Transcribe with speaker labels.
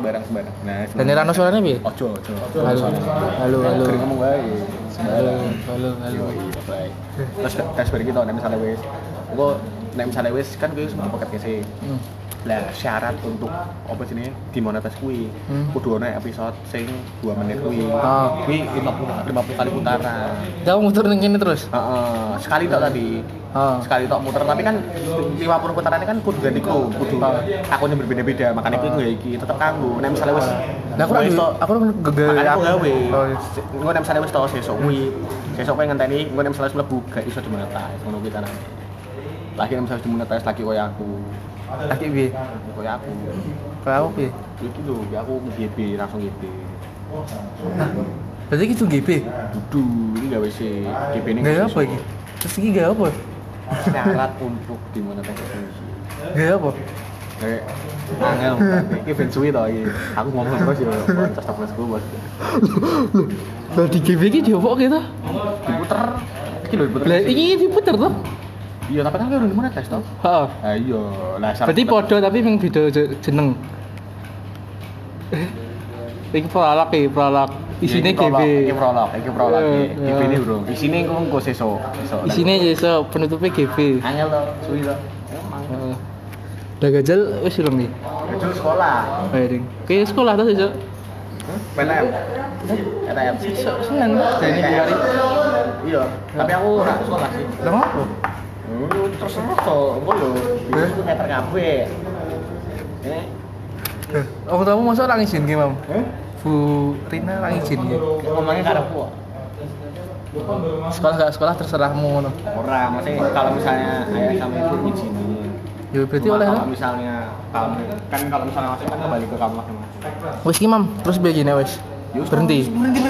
Speaker 1: sembarang sembarang. Nah,
Speaker 2: Dan Rano suaranya piye?
Speaker 1: ojo ojo.
Speaker 2: Halo. Halo, halo.
Speaker 1: Kering ngomong wae.
Speaker 2: Halo,
Speaker 1: Sembarang.
Speaker 2: halo, halo.
Speaker 1: Yoi, baik. Terus tes beri kita nek misalnya wis. Engko nek misalnya wis kan kuwi sempat paket kese.
Speaker 2: Hmm.
Speaker 1: Lah syarat untuk apa sini dimonetis kuwi
Speaker 2: Hmm.
Speaker 1: kudu ana episode sing 2 menit kuwi.
Speaker 2: Ah.
Speaker 1: Kuwi 50 50 kali putaran.
Speaker 2: Jauh muter ning kene terus.
Speaker 1: Heeh, sekali tok tadi.
Speaker 2: Heeh.
Speaker 1: Sekali tok muter tapi kan 50 putarannya kan kudu ganti kru, kudu akunnya berbeda-beda. Makanya kuwi nggak iki tetep kanggo. Nek misalnya wis
Speaker 2: Lah aku
Speaker 1: wis
Speaker 2: lagi
Speaker 1: tok-
Speaker 2: aku lagi gegel.
Speaker 1: Makanya aku gawe.
Speaker 2: Oh, iya.
Speaker 1: Se- Engko nek misalnya wis tau sesuk kuwi, sesuk kowe ngenteni engko nek misalnya wis mlebu gak iso dimonetize ngono kuwi tanan. Lagi nek misalnya wis dimonetize lagi koyo aku.
Speaker 2: Aki piye?
Speaker 1: Koyo aku.
Speaker 2: Kalau aku piye?
Speaker 1: Iki lho, ya aku GB langsung GB.
Speaker 2: Berarti iki tuh GP.
Speaker 1: Dudu, ini gawe sih GB ini.
Speaker 2: Gaya apa iki? Terus iki gaya apa?
Speaker 1: Syarat untuk dimonetize kuwi.
Speaker 2: Gaya apa?
Speaker 1: Kayak angel, ini feng shui tau ini Aku ngomong terus ya, terus tak gue bos
Speaker 2: Lah di GP iki diopoke to?
Speaker 1: Diputer, ini lho diputer
Speaker 2: Lah iki diputer to?
Speaker 1: Iya, tapi kan udah dimana tes tau
Speaker 2: Heeh.
Speaker 1: Ah iya, lah Iya, syarat
Speaker 2: Berarti podo tapi yang beda je- jeneng. Ini peralak ya, peralak. Isinya
Speaker 1: Ini prolog,
Speaker 2: GB.
Speaker 1: Ini prolog, ini prolog
Speaker 2: Iya,
Speaker 1: ini.
Speaker 2: iya.
Speaker 1: GB ini bro, isinya gue ngomong gue sesok sesok.
Speaker 2: Isinya ya jasa penutupnya GB.
Speaker 1: Angel tau, sui tau Emang
Speaker 2: Heeh. Dah gajal wis ya? urung nih.
Speaker 1: Kecil sekolah
Speaker 2: Ayo ding. Kayak sekolah tuh jasa.
Speaker 1: PTM PTM
Speaker 2: Sesuk seneng.
Speaker 1: Jadi biar Iya, tapi aku ora sekolah sih
Speaker 2: Lah apa?
Speaker 1: Hmm, terus terus kok, gue lho
Speaker 2: Eh?
Speaker 1: Gue meter kabeh Eh? Ini
Speaker 2: Aku tahu masuk orang izin ki, Mam.
Speaker 1: Eh?
Speaker 2: Bu Rina orang izin ki.
Speaker 1: ngomongnya karepku kok.
Speaker 2: Sekolah gak sekolah terserahmu ngono.
Speaker 1: Ora, maksudnya kalau misalnya ayah sama ibu ngizinin.
Speaker 2: Ya berarti
Speaker 1: Cuma
Speaker 2: oleh
Speaker 1: kalau
Speaker 2: lah.
Speaker 1: misalnya kamu kan kalau misalnya masih kan kembali ke kamu masing-masing.
Speaker 2: Wis ki, Mam. Terus begini wis.
Speaker 1: Yus,
Speaker 2: Berhenti.